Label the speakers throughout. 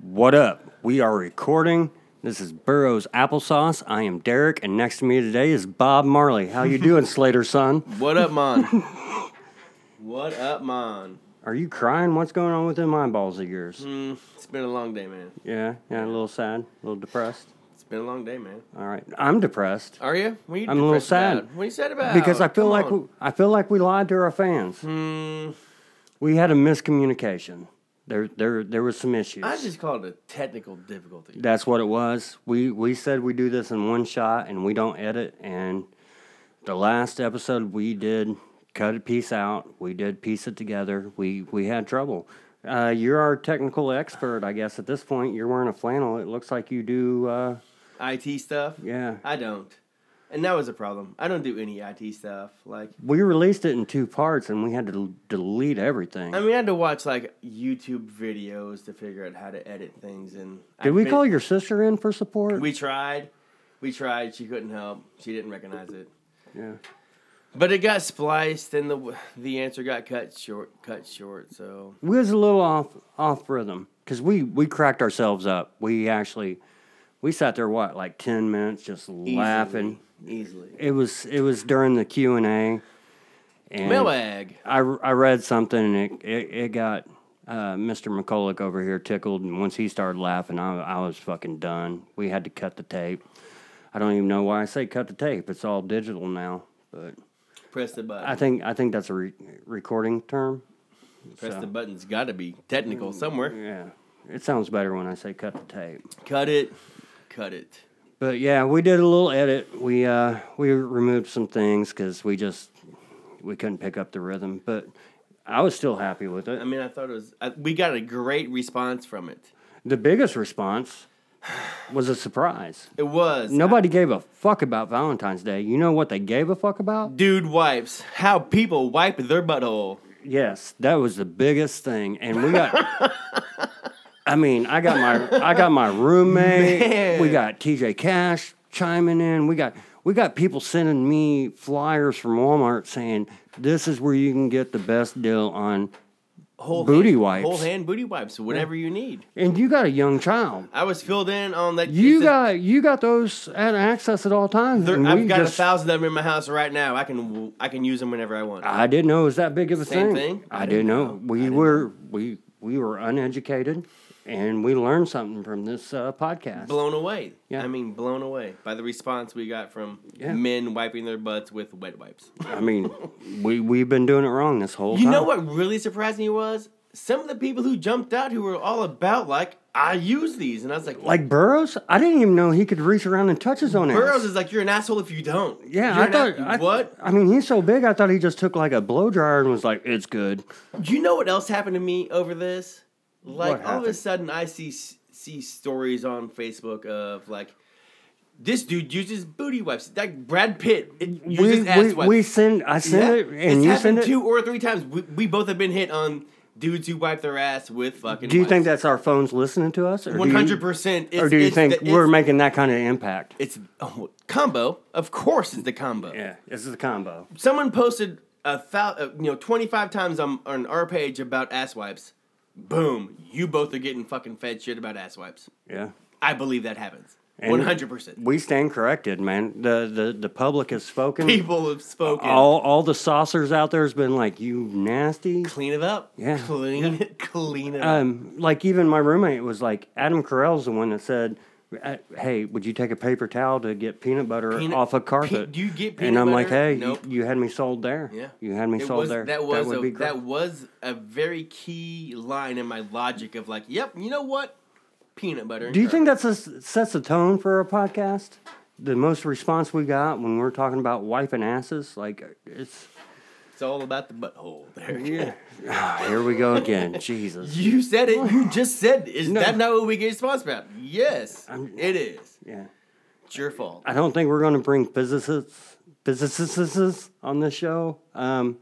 Speaker 1: What up? We are recording. This is Burroughs Applesauce. I am Derek, and next to me today is Bob Marley. How you doing, Slater son?
Speaker 2: What up, man? what up, man?
Speaker 1: Are you crying? What's going on with them eyeballs of yours?
Speaker 2: Mm, it's been a long day, man.
Speaker 1: Yeah, yeah, a little sad, a little depressed.
Speaker 2: It's been a long day, man.
Speaker 1: All right, I'm depressed
Speaker 2: Are you? What are you
Speaker 1: I'm a little
Speaker 2: depressed
Speaker 1: sad.
Speaker 2: About? What are you sad about?
Speaker 1: because I feel
Speaker 2: Come
Speaker 1: like
Speaker 2: on.
Speaker 1: we, I feel like we lied to our fans.
Speaker 2: Mm,
Speaker 1: We had a miscommunication. There, there, there was some issues.
Speaker 2: I just call it a technical difficulty.
Speaker 1: That's what it was. We we said we do this in one shot and we don't edit. And the last episode we did cut a piece out. We did piece it together. We we had trouble. Uh, you're our technical expert, I guess. At this point, you're wearing a flannel. It looks like you do. Uh,
Speaker 2: IT stuff.
Speaker 1: yeah,
Speaker 2: I don't, and that was a problem. I don't do any IT stuff. Like,
Speaker 1: we released it in two parts, and we had to del- delete everything.
Speaker 2: I mean, I had to watch like YouTube videos to figure out how to edit things. And
Speaker 1: did we call your sister in for support?
Speaker 2: We tried. We tried. She couldn't help. She didn't recognize it.
Speaker 1: yeah.
Speaker 2: But it got spliced, and the the answer got cut short. Cut short. So
Speaker 1: we was a little off off rhythm because we we cracked ourselves up. We actually we sat there what like ten minutes just laughing.
Speaker 2: easily.
Speaker 1: It was it was during the Q and A, and
Speaker 2: Mailbag.
Speaker 1: I I read something and it it, it got. Uh, Mr. McCulloch over here tickled, and once he started laughing, I, I was fucking done. We had to cut the tape. I don't even know why I say cut the tape. It's all digital now, but
Speaker 2: Press the button.
Speaker 1: I think I think that's a re- recording term.
Speaker 2: Press the button's got to be technical somewhere.
Speaker 1: Yeah, it sounds better when I say cut the tape.
Speaker 2: Cut it. Cut it.
Speaker 1: But yeah, we did a little edit. We uh we removed some things because we just we couldn't pick up the rhythm. But I was still happy with
Speaker 2: I
Speaker 1: it.
Speaker 2: mean, I thought it was. I, we got a great response from it.
Speaker 1: The biggest response was a surprise.
Speaker 2: It was
Speaker 1: Nobody gave a fuck about Valentine's Day. You know what they gave a fuck about?
Speaker 2: dude wipes. How people wipe their butthole.
Speaker 1: Yes, that was the biggest thing, and we got. I mean, I got my I got my roommate.
Speaker 2: Man.
Speaker 1: We got TJ Cash chiming in. We got we got people sending me flyers from Walmart saying this is where you can get the best deal on.
Speaker 2: Whole
Speaker 1: Booty
Speaker 2: hand,
Speaker 1: wipes.
Speaker 2: Whole hand booty wipes. Whatever you need.
Speaker 1: And you got a young child.
Speaker 2: I was filled in on that.
Speaker 1: You
Speaker 2: it's a-
Speaker 1: got you got those at access at all times.
Speaker 2: there-
Speaker 1: and we
Speaker 2: I've got
Speaker 1: just-
Speaker 2: a thousand of them in my house right now. I can. I can use them whenever I want.
Speaker 1: I didn't know it was that big of a
Speaker 2: Same
Speaker 1: thing.
Speaker 2: thing?
Speaker 1: I, didn't know. We were we we were uneducated, and we learned something from this uh, podcast.
Speaker 2: blown away.
Speaker 1: Yeah.
Speaker 2: I mean, blown away by the response we got from
Speaker 1: Yeah.
Speaker 2: men wiping their butts with wet wipes.
Speaker 1: I mean, we we've been doing it wrong this whole
Speaker 2: You
Speaker 1: time.
Speaker 2: know what really surprised me was some of the people who jumped out who were all about like I use these, and I was like,
Speaker 1: Like Burroughs, I didn't even know he could reach around and touch his own
Speaker 2: Burroughs
Speaker 1: ass.
Speaker 2: is like you're an asshole if you don't.
Speaker 1: Yeah,
Speaker 2: You're
Speaker 1: I
Speaker 2: an
Speaker 1: thought.
Speaker 2: a-
Speaker 1: I,
Speaker 2: what?
Speaker 1: I mean, he's so big. I thought he just took like a blow dryer and was like, "It's good."
Speaker 2: Do you know what else happened to me over this? Like all of a
Speaker 1: happened?
Speaker 2: sudden, I see see stories on Facebook of like. This dude uses booty wipes. Like Brad Pitt it
Speaker 1: We
Speaker 2: uses ass
Speaker 1: we,
Speaker 2: wipes.
Speaker 1: we send. I send it, and
Speaker 2: it's
Speaker 1: you
Speaker 2: happened
Speaker 1: send it.
Speaker 2: two or three times. We, we both have been hit on dudes who wipe their ass with fucking.
Speaker 1: do you think that's our phones listening to us, or
Speaker 2: one hundred
Speaker 1: Do
Speaker 2: percent?
Speaker 1: you, or do you think we're
Speaker 2: It's,
Speaker 1: making that kind of impact?
Speaker 2: it's oh, combo. Of course, it's the combo.
Speaker 1: Yeah, this is a combo.
Speaker 2: Someone posted a thou, uh, you know, twenty five times on, on our page about ass wipes. Boom! You both are getting fucking fed shit about ass wipes.
Speaker 1: Yeah,
Speaker 2: I believe that happens.
Speaker 1: And-
Speaker 2: One hundred percent.
Speaker 1: we stand corrected, man. The the the public has spoken.
Speaker 2: People have spoken.
Speaker 1: All all the saucers out there has been like, "You nasty."
Speaker 2: clean it up.
Speaker 1: Yeah.
Speaker 2: Clean it. Clean it up.
Speaker 1: um, like even my roommate was like Adam Carell's the one that said, uh, "Hey, would you take a paper towel to get peanut butter
Speaker 2: Peanut-
Speaker 1: off a carpet?"
Speaker 2: pe- you get
Speaker 1: and
Speaker 2: peanut
Speaker 1: I'm like,
Speaker 2: butter?
Speaker 1: "Hey,
Speaker 2: Nope.
Speaker 1: you, you had me sold there.
Speaker 2: Yeah,
Speaker 1: you had me
Speaker 2: It
Speaker 1: sold
Speaker 2: was-
Speaker 1: there.
Speaker 2: That was
Speaker 1: would
Speaker 2: a,
Speaker 1: be great.
Speaker 2: that was a very key line in my logic of like, yep, you know what, peanut butter. and
Speaker 1: Do you
Speaker 2: syrup.
Speaker 1: think that sets the tone for a podcast? The most response we got when we're talking about wiping asses, like it's
Speaker 2: it's all about the butthole? There.
Speaker 1: Ah, here we go again. Jesus.
Speaker 2: You said it. You just said. It. Is
Speaker 1: No.
Speaker 2: that not what we get response about? Yes, it is.
Speaker 1: Yeah.
Speaker 2: It's your fault.
Speaker 1: I don't think we're going to bring physicists physicists on this show. Um,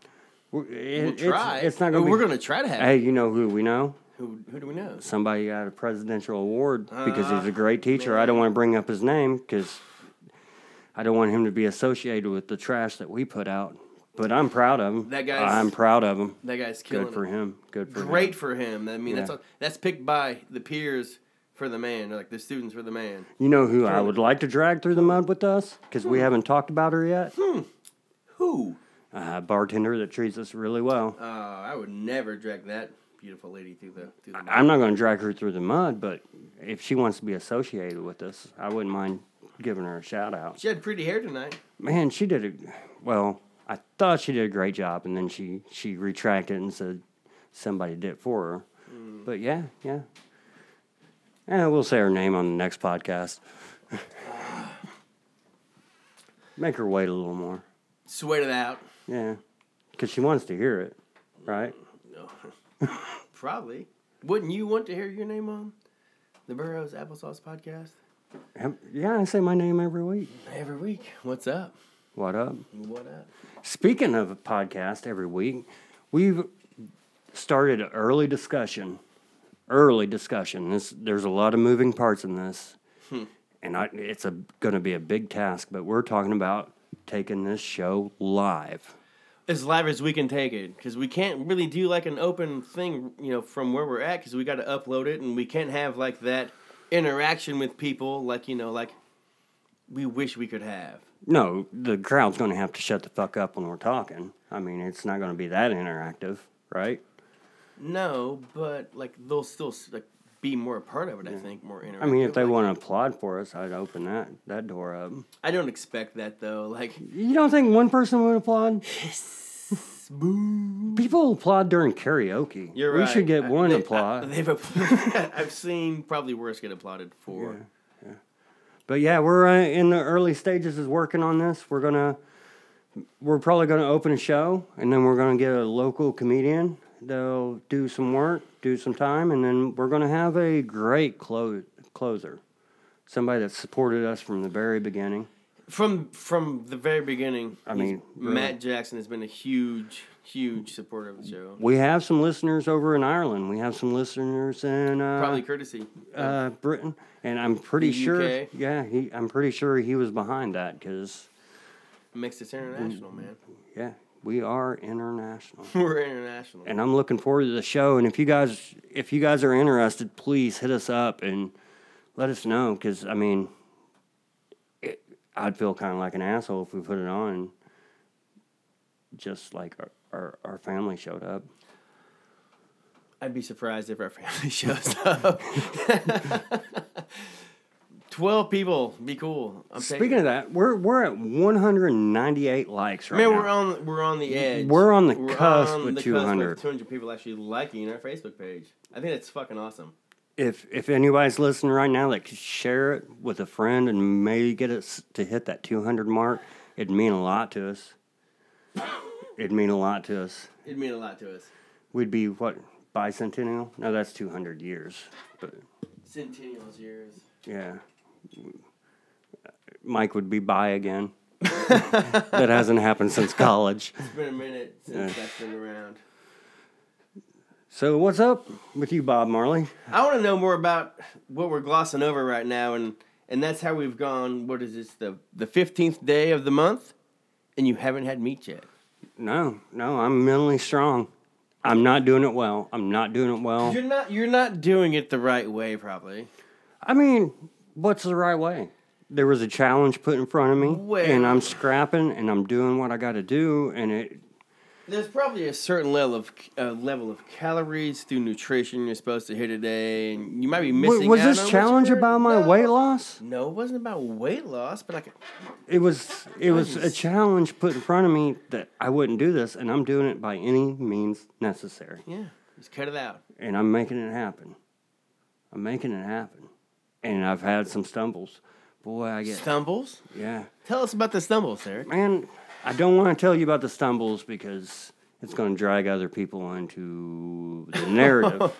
Speaker 1: we'll
Speaker 2: We'll try.
Speaker 1: It's, not
Speaker 2: Or
Speaker 1: going to be.
Speaker 2: We're gonna try to have.
Speaker 1: Hey, you know who we know?
Speaker 2: Who, who do we know?
Speaker 1: Somebody got a presidential award because
Speaker 2: Uh,
Speaker 1: he's a great teacher. I don't want to bring up his name because I don't want him to be associated with the trash that we put out. But I'm proud of him.
Speaker 2: That guy's-
Speaker 1: I'm proud of him.
Speaker 2: That guy's killing.
Speaker 1: Good for
Speaker 2: it.
Speaker 1: him. Good for him.
Speaker 2: Great for him. I mean, that's
Speaker 1: Yeah.
Speaker 2: all, that's picked by the peers for the man, or like the students for the man.
Speaker 1: You know who I would like to drag through the mud with us because
Speaker 2: Hmm.
Speaker 1: we haven't talked about her yet.
Speaker 2: Who?
Speaker 1: Uh, bartender that treats us really well.
Speaker 2: Uh, I would never drag that beautiful lady through the through the.
Speaker 1: I'm not going to drag her through the mud, but if she wants to be associated with us, I wouldn't mind giving her a shout out.
Speaker 2: she had pretty hair tonight.
Speaker 1: Man, she did a well. I thought she did a great job, and then she she retracted and said somebody did it for her. But yeah, yeah. And we'll say her name on the next podcast. Make her wait a little more.
Speaker 2: Sweat it out.
Speaker 1: Yeah, because she wants to hear it, right?
Speaker 2: No. Probably. Wouldn't you want to hear your name on the Burroughs Applesauce Podcast
Speaker 1: Am- Yeah, I say my name every week.
Speaker 2: every week? What's up?
Speaker 1: What up?
Speaker 2: What up?
Speaker 1: Speaking of a podcast every week, we've started an early discussion. Early discussion. This there's a lot of moving parts in this, and I, it's a going to be a big task. But we're talking about taking this show live.
Speaker 2: As live as we can take it, because we can't really do like an open thing, you know, from where we're at, because we got to upload it, and we can't have like that interaction with people, like you know, like we wish we could have.
Speaker 1: No, the crowd's going to have to shut the fuck up when we're talking. I mean, it's not going to be that interactive, right?
Speaker 2: No, but like they'll still s- like be more a part of it. I think more interactive.
Speaker 1: I mean, if they
Speaker 2: Like,
Speaker 1: want to applaud for us, I'd open that that door up.
Speaker 2: I don't expect that though. Like,
Speaker 1: You don't think one person would applaud?
Speaker 2: boo.
Speaker 1: People applaud during karaoke.
Speaker 2: You're
Speaker 1: we
Speaker 2: right.
Speaker 1: should get
Speaker 2: I-
Speaker 1: one
Speaker 2: they- I-
Speaker 1: applaud.
Speaker 2: they've applaud. I've seen probably worse get applauded for.
Speaker 1: But yeah, we're uh, in the early stages of working on this. We're gonna, we're probably gonna open a show, and then we're gonna get a local comedian. They'll do some work, do some time, and then we're gonna have a great clo- closer, somebody that supported us from the very beginning.
Speaker 2: From from the very beginning. I
Speaker 1: mean, really.
Speaker 2: Matt Jackson has been a huge, huge supporter of the show.
Speaker 1: We have some listeners over in Ireland. We have some listeners in uh,
Speaker 2: Probably courtesy.
Speaker 1: uh, Britain, and I'm pretty
Speaker 2: The
Speaker 1: sure.
Speaker 2: UK.
Speaker 1: Yeah, he, I'm pretty sure he was behind that because
Speaker 2: Makes us international,
Speaker 1: mm.
Speaker 2: man.
Speaker 1: yeah, we are international.
Speaker 2: We're international.
Speaker 1: and I'm looking forward to the show. And if you guys, if you guys are interested, please hit us up and let us know. Because I mean, it, I'd feel kind of like an asshole if we put it on, just like our our, our family showed up.
Speaker 2: I'd be surprised if our family shows up. Twelve people, be cool. I'm taking
Speaker 1: Speaking of that, we're we're at 198 likes right
Speaker 2: Man,
Speaker 1: now.
Speaker 2: we're on we're on the edge.
Speaker 1: We're on the cusp with
Speaker 2: cusp
Speaker 1: 200.
Speaker 2: Two hundred people actually liking our Facebook page. I think that's fucking awesome.
Speaker 1: if if anybody's listening right now that could share it with a friend and maybe get us to hit that 200 mark, it'd mean a lot to us. It'd mean a lot to us.
Speaker 2: It'd mean a lot to us.
Speaker 1: We'd be what bicentennial? No, that's 200 years. But
Speaker 2: Centennials years.
Speaker 1: yeah, Mike would be bi again. that hasn't happened since college.
Speaker 2: It's been a minute since that's been around.
Speaker 1: So what's up with you, Bob Marley?
Speaker 2: I want to know more about what we're glossing over right now, and and that's how we've gone. What is this the the fifteenth day of the month, and you haven't had meat yet.
Speaker 1: No, no, I'm mentally strong. I'm not doing it well. I'm not doing it well.
Speaker 2: You're not you're not doing it the right way, probably.
Speaker 1: I mean, what's the right way? There was a challenge put in front of me,
Speaker 2: Well-
Speaker 1: and I'm scrapping and I'm doing what I got to do, and it.
Speaker 2: There's probably a certain level of uh, level of calories through nutrition you're supposed to hit a day, and you might be
Speaker 1: W-
Speaker 2: missing.
Speaker 1: was
Speaker 2: out on
Speaker 1: this
Speaker 2: what
Speaker 1: challenge
Speaker 2: you're-
Speaker 1: about my
Speaker 2: No.
Speaker 1: weight loss?
Speaker 2: No, it wasn't about weight loss, but like
Speaker 1: It was. It was a
Speaker 2: Nice.
Speaker 1: challenge put in front of me that I wouldn't do this, and I'm doing it by any means necessary,
Speaker 2: yeah, just cut it out.
Speaker 1: and I'm making it happen. I'm making it happen, and I've had some stumbles. Boy, I get
Speaker 2: Stumbles.
Speaker 1: yeah.
Speaker 2: Tell us about the stumbles, Eric.
Speaker 1: Man, I don't want to tell you about the stumbles because it's going to drag other people into the narrative.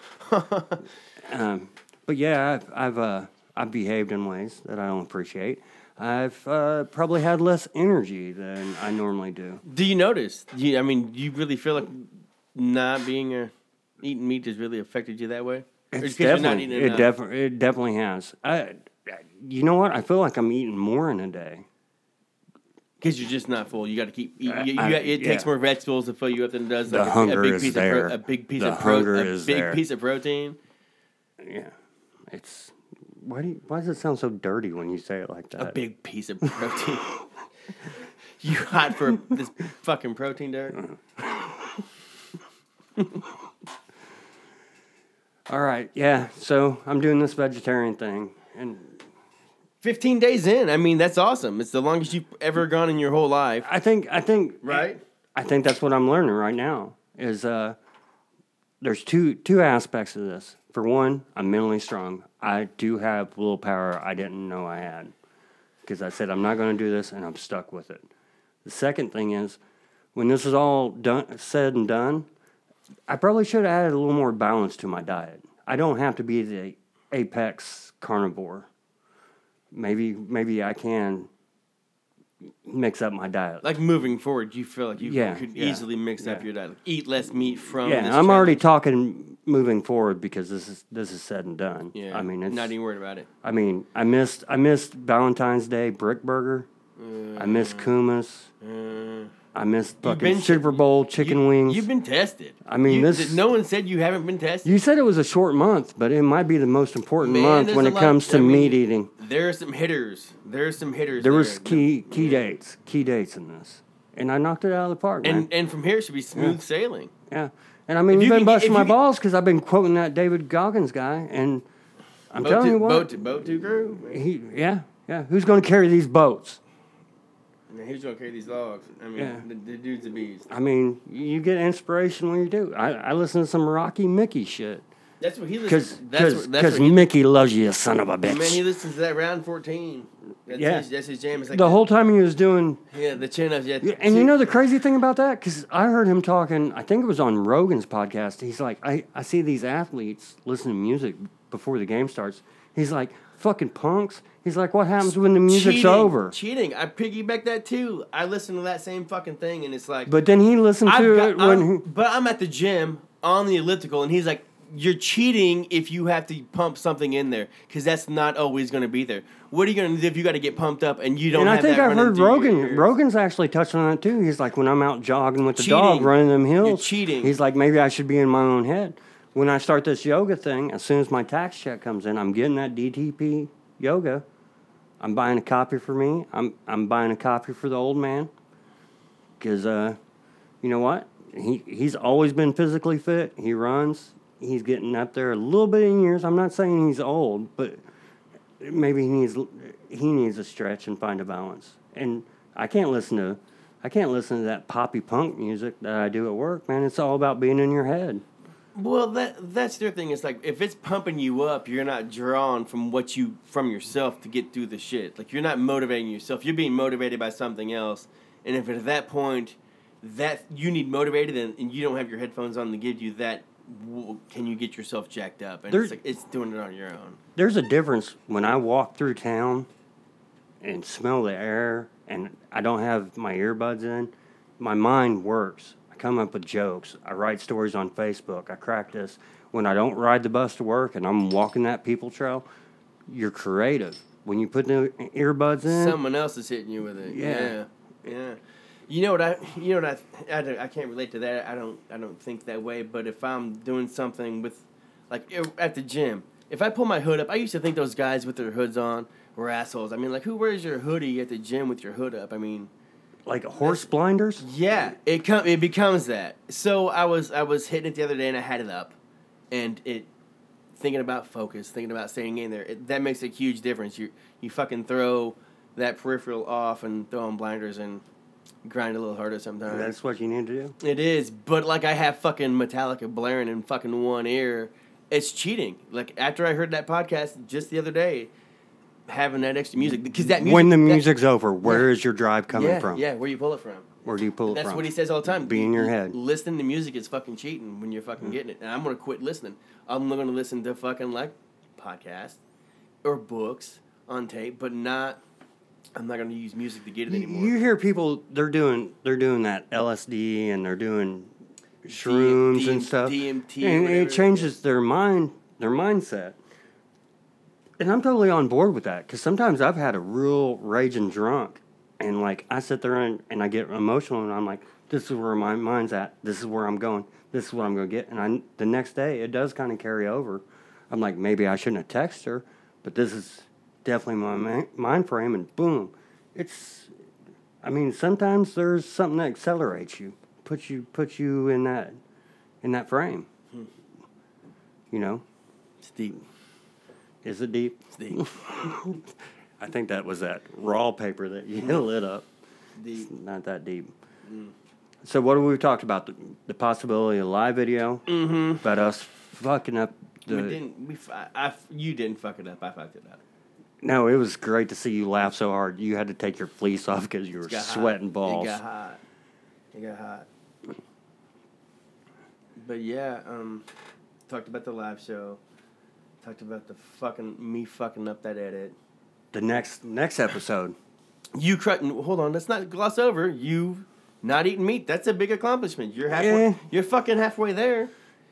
Speaker 1: um, but yeah, I've I've, uh, I've behaved in ways that I don't appreciate. I've uh, probably had less energy than I normally do.
Speaker 2: Do you notice? Do You, I mean, you really feel like not being a eating meat has really affected you that way. Or
Speaker 1: It's
Speaker 2: just 'cause you're not
Speaker 1: definitely
Speaker 2: eating
Speaker 1: it,
Speaker 2: enough?
Speaker 1: defi- it definitely has. I, you know what? I feel like I'm eating more in a day.
Speaker 2: Because you're just not full. You got to keep. You, you, you
Speaker 1: I-
Speaker 2: got, it takes
Speaker 1: yeah.
Speaker 2: more vegetables to fill you up than it does
Speaker 1: The
Speaker 2: like a- a,
Speaker 1: hunger
Speaker 2: big
Speaker 1: is
Speaker 2: piece
Speaker 1: there.
Speaker 2: of pro, a big piece
Speaker 1: The
Speaker 2: of pro,
Speaker 1: hunger
Speaker 2: a
Speaker 1: is
Speaker 2: big
Speaker 1: there.
Speaker 2: piece of protein.
Speaker 1: Yeah, it's Why do you, why does it sound so dirty when you say it like
Speaker 2: A
Speaker 1: that?
Speaker 2: big piece of protein. you hot for this fucking protein, Derek?
Speaker 1: Mm. All right, yeah. So I'm doing this vegetarian thing, and
Speaker 2: 15 days in. I mean, that's awesome. It's the longest you've ever gone in your whole life.
Speaker 1: I think I think
Speaker 2: Right?
Speaker 1: I think that's what I'm learning right now. Is uh, there's two two aspects of this. For one, I'm mentally strong. I do have willpower I didn't know I had because I said I'm not going to do this, and I'm stuck with it. The second thing is, when this is all done, said and done, I probably should have added a little more balance to my diet. I don't have to be the apex carnivore. Maybe maybe I can mix up my diet.
Speaker 2: Like moving forward, you feel like you
Speaker 1: Yeah,
Speaker 2: could
Speaker 1: yeah,
Speaker 2: easily mix up
Speaker 1: yeah.
Speaker 2: your diet. Like, eat less meat from.
Speaker 1: Yeah, I'm
Speaker 2: this
Speaker 1: already talking moving forward because this is this is said and done.
Speaker 2: trend. Yeah,
Speaker 1: I mean, it's,
Speaker 2: not even worried about it.
Speaker 1: I mean, I missed I missed Valentine's Day brick burger. I missed Kumas. I missed fucking
Speaker 2: Uh, been-
Speaker 1: Super Bowl chicken
Speaker 2: Uh, You-
Speaker 1: wings.
Speaker 2: You've been tested.
Speaker 1: I mean,
Speaker 2: You-
Speaker 1: this-
Speaker 2: th- No one said you haven't been tested.
Speaker 1: you said it was a short month, but it might be the most important
Speaker 2: Man,
Speaker 1: month
Speaker 2: there's
Speaker 1: when
Speaker 2: a
Speaker 1: it
Speaker 2: lot-
Speaker 1: comes to
Speaker 2: I mean,
Speaker 1: meat eating.
Speaker 2: there are some hitters. There are some hitters.
Speaker 1: There was
Speaker 2: No-
Speaker 1: key key dates, key dates in this, and I knocked it out of the park. man.
Speaker 2: And and from here it should be smooth sailing.
Speaker 1: Yeah. And I mean,
Speaker 2: If
Speaker 1: you've
Speaker 2: you can
Speaker 1: been
Speaker 2: get-
Speaker 1: busting
Speaker 2: if
Speaker 1: my
Speaker 2: you can-
Speaker 1: balls because I've been quoting that David Goggins guy, and I'm
Speaker 2: Boat
Speaker 1: telling
Speaker 2: to,
Speaker 1: you what,
Speaker 2: boat to boat to groove.
Speaker 1: he, yeah, yeah. Who's going to carry these boats?
Speaker 2: Man, who's gonna carry these logs? I mean,
Speaker 1: Yeah.
Speaker 2: the, the dude's a beast.
Speaker 1: I mean, you get inspiration when you do. I, I listen to some Rocky Mickey shit
Speaker 2: That's what he listens.
Speaker 1: because
Speaker 2: That's what, that's what he
Speaker 1: Mickey loves you, you son of a bitch.
Speaker 2: Man, he listens to that round 14. That's,
Speaker 1: Yeah.
Speaker 2: his, that's his jam. It's like
Speaker 1: the whole time he was doing,
Speaker 2: Yeah, the chin ups. Yeah,
Speaker 1: and you know the crazy thing about that, because I heard him talking. I think it was on Rogan's podcast. He's like, I, I see these athletes listen to music before the game starts. He's like, fucking punks. He's like, what happens when the music's
Speaker 2: cheating,
Speaker 1: over?
Speaker 2: Cheating. I piggyback that too. I listen to that same fucking thing, and it's like,
Speaker 1: But then he listened
Speaker 2: I've
Speaker 1: to
Speaker 2: got-
Speaker 1: it when
Speaker 2: I'm-
Speaker 1: he,
Speaker 2: but I'm at the gym on the elliptical, and he's like, "You're cheating if you have to pump something in there, because that's not always going to be there. What are you going to do if you got to get pumped up and you don't?"
Speaker 1: And I
Speaker 2: have
Speaker 1: think
Speaker 2: that
Speaker 1: I've
Speaker 2: running
Speaker 1: heard
Speaker 2: through your
Speaker 1: Rogan.
Speaker 2: ears?
Speaker 1: Rogan's actually touched on that too. He's like, when I'm out jogging with the dog,
Speaker 2: Cheating.
Speaker 1: running them hills,
Speaker 2: cheating.
Speaker 1: He's like, maybe I should be in my own head. When I start this yoga thing, as soon as my tax check comes in, I'm getting that DTP yoga. I'm buying a copy for me. I'm I'm buying a copy for the old man. Cause uh, you know what? He he's always been physically fit. He runs. He's getting up there a little bit in years. I'm not saying he's old, but maybe he needs he needs a stretch and find a balance. And I can't listen to I can't listen to that poppy punk music that I do at work, man. It's all about being in your head.
Speaker 2: Well, that that's their thing. It's like if it's pumping you up, you're not drawn from what you from yourself to get through the shit. Like you're not motivating yourself. You're being motivated by something else. And if at that point that you need motivated and, and you don't have your headphones on to give you that, w- can you get yourself jacked up? And
Speaker 1: There-
Speaker 2: it's like it's doing it on your own.
Speaker 1: There's a difference when I walk through town and smell the air and I don't have my earbuds in. My mind works. I come up with jokes. I write stories on Facebook. I crack this. When I don't ride the bus to work and I'm walking that people trail, you're creative. When you put the earbuds in,
Speaker 2: Someone else is hitting you with it.
Speaker 1: Yeah.
Speaker 2: Yeah. yeah, You know what I? You know what I? I, don't- I can't relate to that. I don't. I don't think that way. But if I'm doing something with, like if- at the gym, if I pull my hood up, I used to think those guys with their hoods on were assholes. I mean, like who wears your hoodie at the gym with your hood up? I mean,
Speaker 1: like horse blinders.
Speaker 2: yeah, it com- it becomes that. So I was I was hitting it the other day and I had it up, and it thinking about focus, thinking about staying in there. It, that makes a huge difference. You you fucking throw that peripheral off and throw on blinders and grind a little harder sometimes.
Speaker 1: That's what you need to do.
Speaker 2: It is, but like I have fucking Metallica blaring in fucking one ear. It's cheating. Like after I heard that podcast just the other day, having that extra music because that music
Speaker 1: when the
Speaker 2: that-
Speaker 1: music's over, where is your drive coming
Speaker 2: yeah,
Speaker 1: from?
Speaker 2: yeah, where you pull it from.
Speaker 1: Where do you pull it
Speaker 2: That's
Speaker 1: from?
Speaker 2: what he says all the time.
Speaker 1: Be in your head. Mm.
Speaker 2: Listening to music is fucking cheating when you're fucking getting it. And I'm gonna quit listening. I'm gonna listen to fucking like podcasts or books on tape, but not. I'm not gonna use music to get it
Speaker 1: You,
Speaker 2: anymore.
Speaker 1: you hear people they're doing they're doing that LSD and they're doing shrooms
Speaker 2: D-
Speaker 1: and stuff.
Speaker 2: DMT or
Speaker 1: and
Speaker 2: whatever.
Speaker 1: it changes their mind their mindset. And I'm totally on board with that because sometimes I've had a real raging drunk, and like I sit there and, and I get emotional and I'm like, this is where my mind's at. This is where I'm going. This is what I'm gonna get. And I the next day it does kind of carry over. I'm like, maybe I shouldn't have texted her, But this is definitely my ma- mind frame, and boom, it's. I mean, sometimes there's something that accelerates you, puts you puts you in that in that frame. You know,
Speaker 2: It's deep.
Speaker 1: is it deep?
Speaker 2: It's deep.
Speaker 1: I think that was that raw paper that you lit up. Hmm.
Speaker 2: deep.
Speaker 1: Not that deep. So what have we talked about? The, the possibility of live video, mm-hmm. about us fucking up the.
Speaker 2: we didn't. We. f- I, I f- You didn't fuck it up. I fucked it up.
Speaker 1: No, it was great to see you laugh so hard. You had to take your fleece off because you were
Speaker 2: It got hot.
Speaker 1: sweating balls.
Speaker 2: It got hot. It got hot. But yeah, um, talked about the live show. Talked about the fucking me fucking up that edit.
Speaker 1: The next next episode,
Speaker 2: You cr- hold on, let's not gloss over. You not eating meat. That's a big accomplishment. You're halfway.
Speaker 1: Yeah.
Speaker 2: You're fucking halfway there.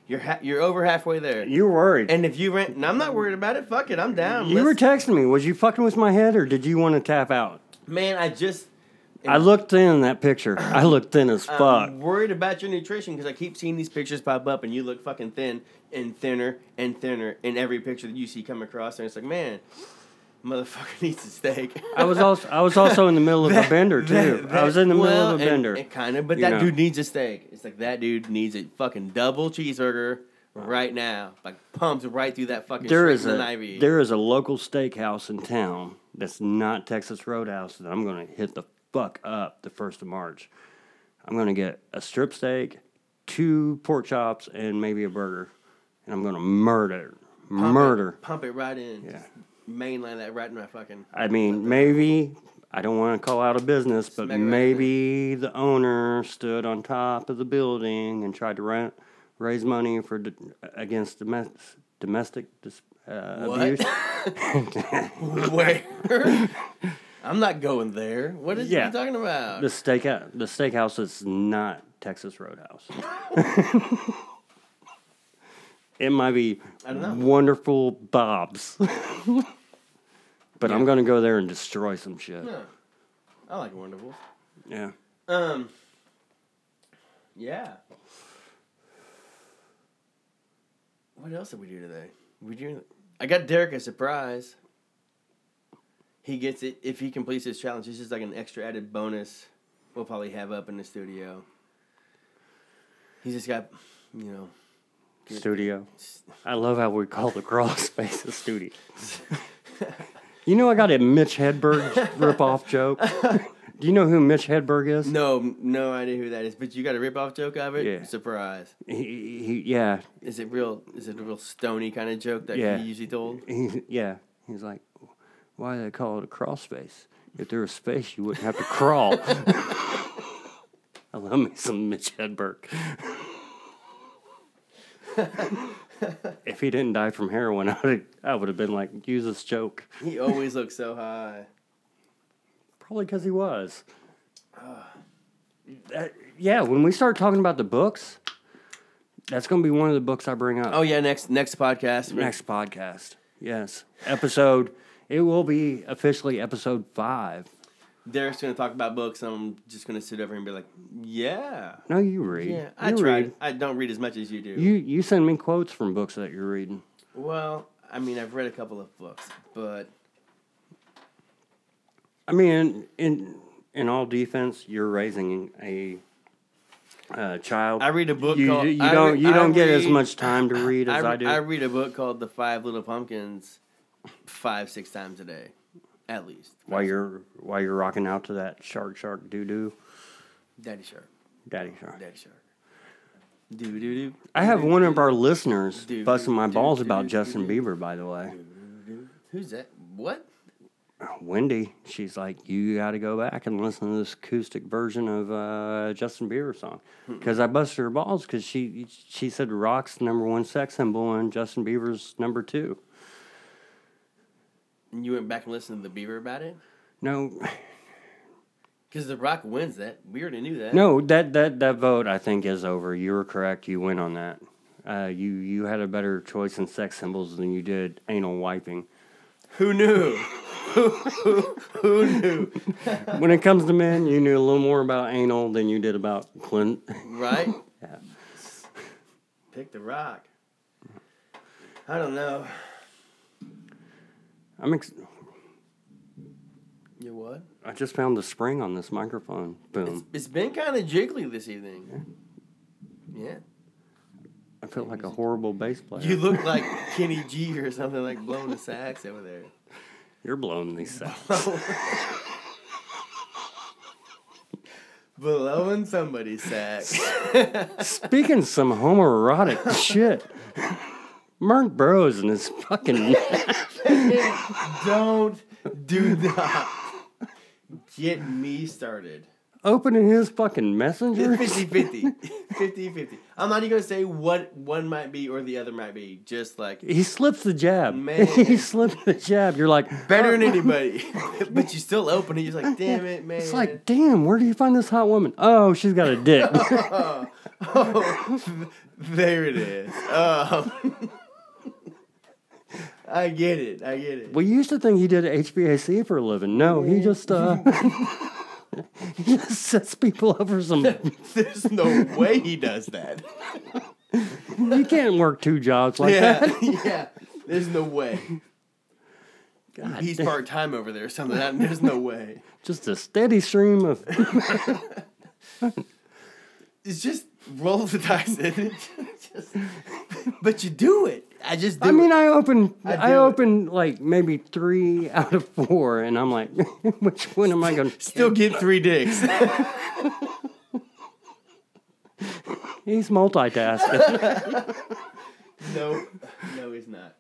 Speaker 2: You're ha- you're over halfway there.
Speaker 1: you were worried.
Speaker 2: and if you ran, and I'm not worried about it. Fuck it, I'm down.
Speaker 1: you were
Speaker 2: Let's-
Speaker 1: texting me. Was you fucking with my head, or did you want to tap out?
Speaker 2: man. I just
Speaker 1: I looked thin in that picture. I looked thin as fuck.
Speaker 2: I'm worried about your nutrition because I keep seeing these pictures pop up and you look fucking thin and thinner and thinner in every picture that you see come across. And it's like, man, motherfucker needs a steak.
Speaker 1: I was also I was also in the middle of a bender too. I was in the middle of a bender.
Speaker 2: kind of, but
Speaker 1: you
Speaker 2: that
Speaker 1: know.
Speaker 2: dude needs a steak. It's like that dude needs a fucking double cheeseburger right now. Like pumped right through that fucking
Speaker 1: there
Speaker 2: shit
Speaker 1: is
Speaker 2: with an
Speaker 1: a
Speaker 2: IV.
Speaker 1: there is a local steakhouse in town that's not Texas Roadhouse that I'm gonna hit the fuck up the first of March. I'm gonna get a strip steak, two pork chops, and maybe a burger, and I'm gonna murder,
Speaker 2: Pump it-
Speaker 1: murder.
Speaker 2: Pump it right in.
Speaker 1: Yeah.
Speaker 2: Just mainline that right in my fucking
Speaker 1: I mean, maybe I don't want to call out a business, but
Speaker 2: Smack right in it.
Speaker 1: maybe the owner stood on top of the building and tried to rent, raise money for d- against domestic domestic dis, uh,
Speaker 2: What?
Speaker 1: abuse.
Speaker 2: where. I'm not going there. What is
Speaker 1: Yeah.
Speaker 2: you talking about?
Speaker 1: The steak the steakhouse is not Texas Roadhouse. it might be
Speaker 2: don't know.
Speaker 1: wonderful Bob's, but I'm gonna go there and destroy some shit.
Speaker 2: Huh. I like Wonderful.
Speaker 1: Yeah.
Speaker 2: Um. Yeah. What else did we do today? We do. I got Derek a surprise. He gets it if he completes his challenge. This is like an extra added bonus. We'll probably have up in the studio. He just got, you know,
Speaker 1: Studio. I love how we call the crawl space a studio. you know, I got a Mitch Hedberg ripoff joke. Do you know who Mitch Hedberg is?
Speaker 2: no, no idea who that is. But you got a rip off joke of it.
Speaker 1: Yeah.
Speaker 2: Surprise.
Speaker 1: He, he, yeah,
Speaker 2: Is it real? Is it a real stony kind of joke that
Speaker 1: Yeah.
Speaker 2: he usually told?
Speaker 1: he, yeah. He's like, why do they call it a crawl space? If there was space, you wouldn't have to crawl. I love me some Mitch Hedberg. if he didn't die from heroin, I would I would have been like, use this joke.
Speaker 2: He always looks so high.
Speaker 1: Probably because he was. Uh, That- yeah, when we start talking about the books, that's going to be one of the books I bring up
Speaker 2: Oh yeah, next next podcast.
Speaker 1: next podcast. Yes, episode. It will be officially episode five.
Speaker 2: Derek's gonna talk about books. and I'm just gonna sit over here and be like, yeah,
Speaker 1: No, you read.
Speaker 2: yeah. I
Speaker 1: you
Speaker 2: tried.
Speaker 1: Read.
Speaker 2: I don't read as much as you do.
Speaker 1: You you send me quotes from books that you're reading.
Speaker 2: well, I mean, I've read a couple of books, but
Speaker 1: I mean, in in, in all defense, you're raising a. Uh, child,
Speaker 2: I read a book
Speaker 1: You,
Speaker 2: called-
Speaker 1: you
Speaker 2: I
Speaker 1: don't
Speaker 2: re-
Speaker 1: you
Speaker 2: I
Speaker 1: don't get as
Speaker 2: read-
Speaker 1: much time to read as I,
Speaker 2: I,
Speaker 1: do.
Speaker 2: I read a book called The Five Little Pumpkins five six times a day, at least.
Speaker 1: while you're while you're rocking out to that shark shark doo doo
Speaker 2: Daddy Shark,
Speaker 1: daddy shark.
Speaker 2: Daddy Shark. Do do do.
Speaker 1: I have one of our listeners
Speaker 2: Doo-doo,
Speaker 1: busting my
Speaker 2: doo-doo,
Speaker 1: balls
Speaker 2: doo-doo,
Speaker 1: about Justin
Speaker 2: doo-doo.
Speaker 1: Bieber. By the way,
Speaker 2: Who's that? What?
Speaker 1: Wendy, she's like, you got to go back and listen to this acoustic version of uh, Justin Bieber song
Speaker 2: Hmm.
Speaker 1: because I busted her balls because she she said rock's number one sex symbol and Justin Bieber's number two.
Speaker 2: And you went back and listened to the Beaver about it?
Speaker 1: No,
Speaker 2: Because The Rock wins that. We already knew that.
Speaker 1: no, that that that vote I think is over. You were correct. You win on that. Uh, you you had a better choice in sex symbols than you did anal wiping.
Speaker 2: Who knew? who, who, who knew?
Speaker 1: when it comes to men, you knew a little more about anal than you did about Clint.
Speaker 2: Right?
Speaker 1: Yeah.
Speaker 2: Pick the rock. I don't know.
Speaker 1: I'm ex-
Speaker 2: You what?
Speaker 1: I just found the spring on this microphone.
Speaker 2: It's,
Speaker 1: Boom.
Speaker 2: it's been kind of jiggly this evening. Yeah.
Speaker 1: I feel like a horrible bass player.
Speaker 2: You look like Kenny G or something like blowing the sax over there.
Speaker 1: You're blowing these sacks.
Speaker 2: Blowing somebody's sax.
Speaker 1: Speaking some homoerotic shit. Merc Burrows and his fucking.
Speaker 2: Don't do not get me started.
Speaker 1: opening his fucking messenger.
Speaker 2: 50 50. 50 50. I'm not even going to say what one might be or the other might be. Just like,
Speaker 1: He slips the jab.
Speaker 2: Man.
Speaker 1: he slips the jab. You're like,
Speaker 2: better than anybody. Um, but you still open it. You're just like, damn it, man.
Speaker 1: it's like, damn, where do you find this hot woman? Oh, she's got a dick.
Speaker 2: oh, there it is. Um, I get it. I get it.
Speaker 1: we used to think he did HVAC for a living. No, he just uh, he just sets people up for some.
Speaker 2: There's no way he does that.
Speaker 1: you can't work two jobs like that.
Speaker 2: Yeah, yeah. There's no way.
Speaker 1: God,
Speaker 2: He's
Speaker 1: damn,
Speaker 2: part time over there or something. That- There's no way.
Speaker 1: just a steady stream of.
Speaker 2: It's just roll the dice. and just, but you do it. I just. Do
Speaker 1: I mean,
Speaker 2: it.
Speaker 1: I open,
Speaker 2: I
Speaker 1: I,
Speaker 2: do it.
Speaker 1: open like maybe three out of four, and I'm like, which one am I going? to...
Speaker 2: still get three dicks.
Speaker 1: He's multitasking.
Speaker 2: no, no, he's not.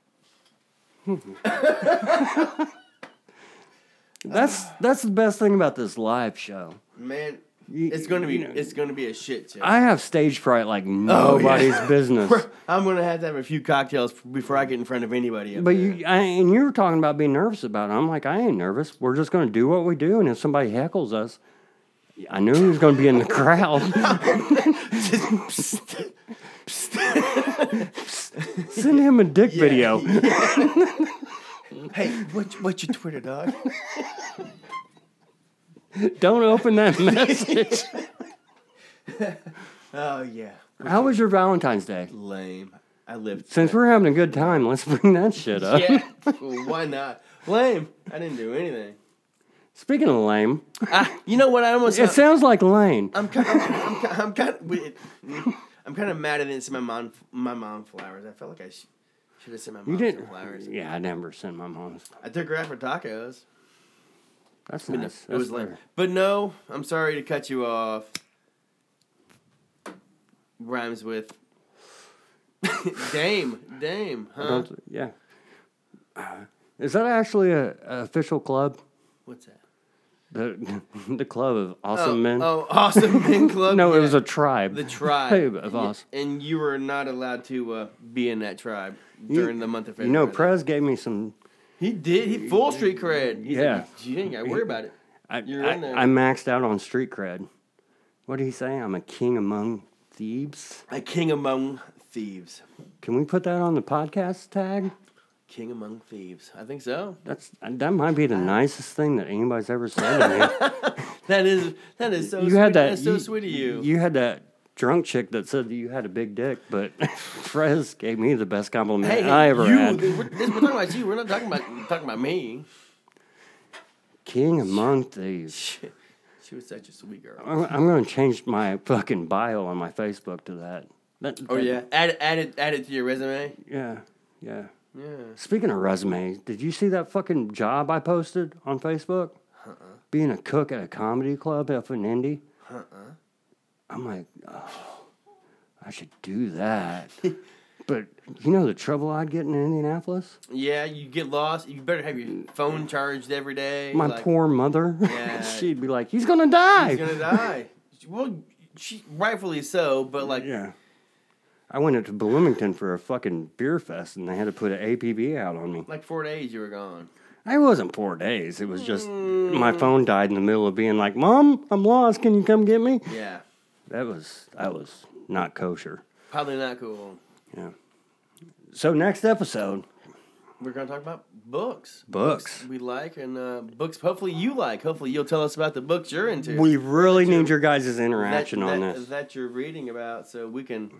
Speaker 1: That's that's the best thing about this live show.
Speaker 2: Man,
Speaker 1: You-
Speaker 2: it's gonna be.
Speaker 1: you know-
Speaker 2: it's gonna be a shit show.
Speaker 1: I have stage fright like
Speaker 2: Oh,
Speaker 1: nobody's business.
Speaker 2: I'm gonna have to have a few cocktails before I get in front of anybody. up
Speaker 1: But
Speaker 2: there.
Speaker 1: you I, and you were talking about being nervous about it. I'm like, I ain't nervous. We're just gonna do what we do, and if somebody heckles us, I knew he was gonna be in the crowd.
Speaker 2: Just psst.
Speaker 1: Send him a dick video.
Speaker 2: hey, what what's your Twitter, dog?
Speaker 1: Don't open that message.
Speaker 2: Oh yeah,
Speaker 1: How was your Valentine's Day?
Speaker 2: lame. I lived.
Speaker 1: Since we're having a good time, let's bring that shit up.
Speaker 2: yeah, why not? Lame. I didn't do anything.
Speaker 1: Speaking of lame,
Speaker 2: Ah, you know what? I almost.
Speaker 1: it sounds like Lane.
Speaker 2: I'm kind. I'm, I'm, ki- I'm kind. Of, wait, I'm kind of mad I didn't send my mom. My mom flowers. I felt like I sh- should have sent my mom
Speaker 1: You
Speaker 2: some
Speaker 1: didn't.
Speaker 2: flowers.
Speaker 1: Yeah, I never sent my mom's.
Speaker 2: I took her out for tacos.
Speaker 1: That's
Speaker 2: But no,
Speaker 1: nice.
Speaker 2: it was
Speaker 1: That's
Speaker 2: lame.
Speaker 1: fair.
Speaker 2: But no, I'm sorry to cut you off. Rhymes with Dame. Dame, huh?
Speaker 1: Don't- yeah. Uh, is that actually a, a official club?
Speaker 2: What's that?
Speaker 1: The the club of awesome
Speaker 2: oh,
Speaker 1: men.
Speaker 2: Oh, Awesome Men Club.
Speaker 1: no, it
Speaker 2: yeah.
Speaker 1: was a tribe.
Speaker 2: the tribe.
Speaker 1: of
Speaker 2: Y-
Speaker 1: awesome.
Speaker 2: And you were not allowed to uh, be in that tribe during the month of
Speaker 1: You
Speaker 2: February.
Speaker 1: know, Prez gave me some.
Speaker 2: He did. He full street cred. He's
Speaker 1: Yeah.
Speaker 2: Like, you ain't got to worry about it.
Speaker 1: I,
Speaker 2: You're
Speaker 1: I,
Speaker 2: in there.
Speaker 1: I maxed out on street cred. What did he say? I'm a king among thieves.
Speaker 2: A king among thieves.
Speaker 1: Can we put that on the podcast tag?
Speaker 2: King among thieves. I think so.
Speaker 1: That's that might be the nicest thing that anybody's ever said to me.
Speaker 2: That is that is so.
Speaker 1: you
Speaker 2: sweet.
Speaker 1: had that.
Speaker 2: That's so sweet of you.
Speaker 1: You had that drunk chick that said that you had a big dick, but Prez gave me the best compliment
Speaker 2: Hey,
Speaker 1: I ever
Speaker 2: you,
Speaker 1: had.
Speaker 2: We're, this- we're talking about you. We're not talking about we're talking about me.
Speaker 1: King among thieves.
Speaker 2: Shit. She was such a sweet girl.
Speaker 1: I'm, I'm going to change my fucking bio on my Facebook to that. that
Speaker 2: Oh
Speaker 1: that-
Speaker 2: yeah, add add it add it to your resume.
Speaker 1: Yeah. Yeah.
Speaker 2: Yeah.
Speaker 1: Speaking of resumes, did you see that fucking job I posted on Facebook? Being a cook at a comedy club up in Indy? I'm like, oh, I should do that. but you know the trouble I'd get in Indianapolis?
Speaker 2: Yeah, you get lost. You better have your phone charged every day.
Speaker 1: My
Speaker 2: like,
Speaker 1: poor mother.
Speaker 2: Yeah.
Speaker 1: She'd be like, he's going to die.
Speaker 2: He's gonna die. Well, she rightfully so, but like
Speaker 1: Yeah. I went up to Bloomington for a fucking beer fest and they had to put an APB out on me.
Speaker 2: like four days you were gone.
Speaker 1: I wasn't four days. It was just
Speaker 2: Hmm.
Speaker 1: my phone died in the middle of being like, Mom, I'm lost. Can you come get me?
Speaker 2: Yeah,
Speaker 1: That was, that was not kosher.
Speaker 2: probably not cool.
Speaker 1: Yeah. So, next episode,
Speaker 2: We're gonna talk about books.
Speaker 1: books.
Speaker 2: We like and uh, books. Hopefully you like. Hopefully you'll tell us about the books you're into.
Speaker 1: We really need your guys'
Speaker 2: that,
Speaker 1: interaction on
Speaker 2: that-
Speaker 1: this.
Speaker 2: that you're reading about so we can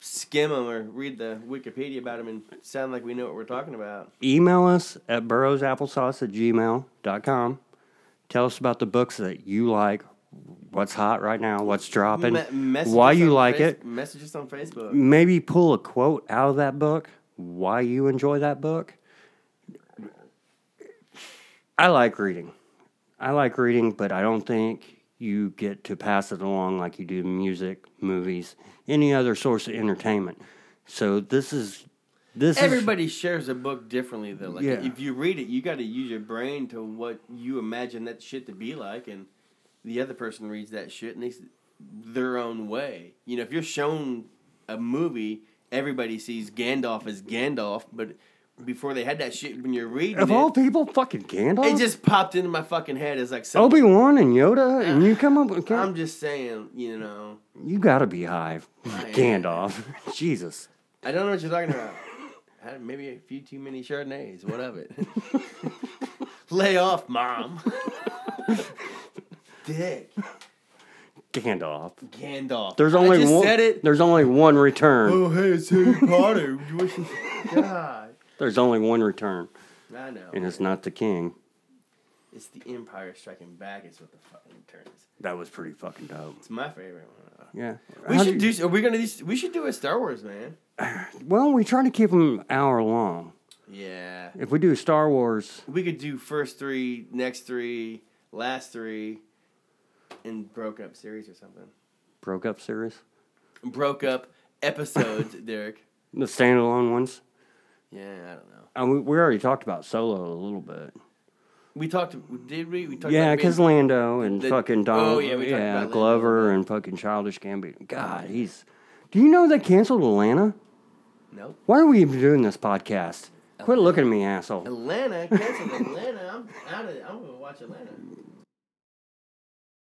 Speaker 2: skim them or read the Wikipedia about them and sound like we know what we're talking about.
Speaker 1: Email us at burrowsapplesauce at gmail.com. Tell us about the books that you like, what's hot right now, what's dropping,
Speaker 2: Me- message
Speaker 1: why
Speaker 2: us
Speaker 1: you
Speaker 2: on
Speaker 1: like
Speaker 2: Face-
Speaker 1: it.
Speaker 2: Message us on Facebook.
Speaker 1: Maybe pull a quote out of that book, why you enjoy that book. I like reading. I like reading, but I don't think you get to pass it along like you do music, movies, any other source of entertainment. So this is this is
Speaker 2: Everybody shares a book differently though. Like
Speaker 1: Yeah.
Speaker 2: if you read it, you got to use your brain to what you imagine that shit to be like, and the other person reads that shit and it's their own way. You know, if you're shown a movie, everybody sees Gandalf as Gandalf, but before they had that shit, when you're reading
Speaker 1: of
Speaker 2: it,
Speaker 1: all people, fucking Gandalf.
Speaker 2: it just popped into my fucking head as like some-
Speaker 1: Obi Wan and Yoda, and you come up with
Speaker 2: I'm just saying, you know,
Speaker 1: you gotta be high,
Speaker 2: I am.
Speaker 1: Gandalf. Jesus,
Speaker 2: I don't know what you're talking about. Had maybe a few too many Chardonnays. What of it? Lay off, mom. Dick
Speaker 1: Gandalf.
Speaker 2: Gandalf.
Speaker 1: There's only
Speaker 2: I just
Speaker 1: one.
Speaker 2: Said it.
Speaker 1: There's only one return.
Speaker 2: Oh hey, it's Harry Potter. God,
Speaker 1: There's only one return,
Speaker 2: I know.
Speaker 1: and it's not the king.
Speaker 2: It's the Empire Striking Back. Is what the fucking turns.
Speaker 1: That was pretty fucking dope.
Speaker 2: It's my favorite one.
Speaker 1: Yeah.
Speaker 2: We
Speaker 1: How
Speaker 2: should
Speaker 1: do-
Speaker 2: do. Are we gonna do? We should do a Star Wars, man.
Speaker 1: Well, we try to keep them hour long.
Speaker 2: Yeah.
Speaker 1: If we do Star Wars,
Speaker 2: We could do first three, next three, last three, and broke up series or something.
Speaker 1: broke up series,
Speaker 2: Broke up episodes, Derek.
Speaker 1: the standalone ones.
Speaker 2: Yeah, I don't know.
Speaker 1: Uh, we, we already talked about Solo a little bit.
Speaker 2: We talked. Did we? We talked.
Speaker 1: Yeah,
Speaker 2: about
Speaker 1: because Lando and
Speaker 2: the-
Speaker 1: fucking Donald,
Speaker 2: oh, yeah, we talked about Lando.
Speaker 1: Glover and fucking Childish Gambino. God, he's. Do you know they canceled Atlanta?
Speaker 2: nope.
Speaker 1: Why are we even doing this podcast? Quit looking at me, asshole.
Speaker 2: Atlanta canceled Atlanta. I'm out of. I'm gonna watch Atlanta.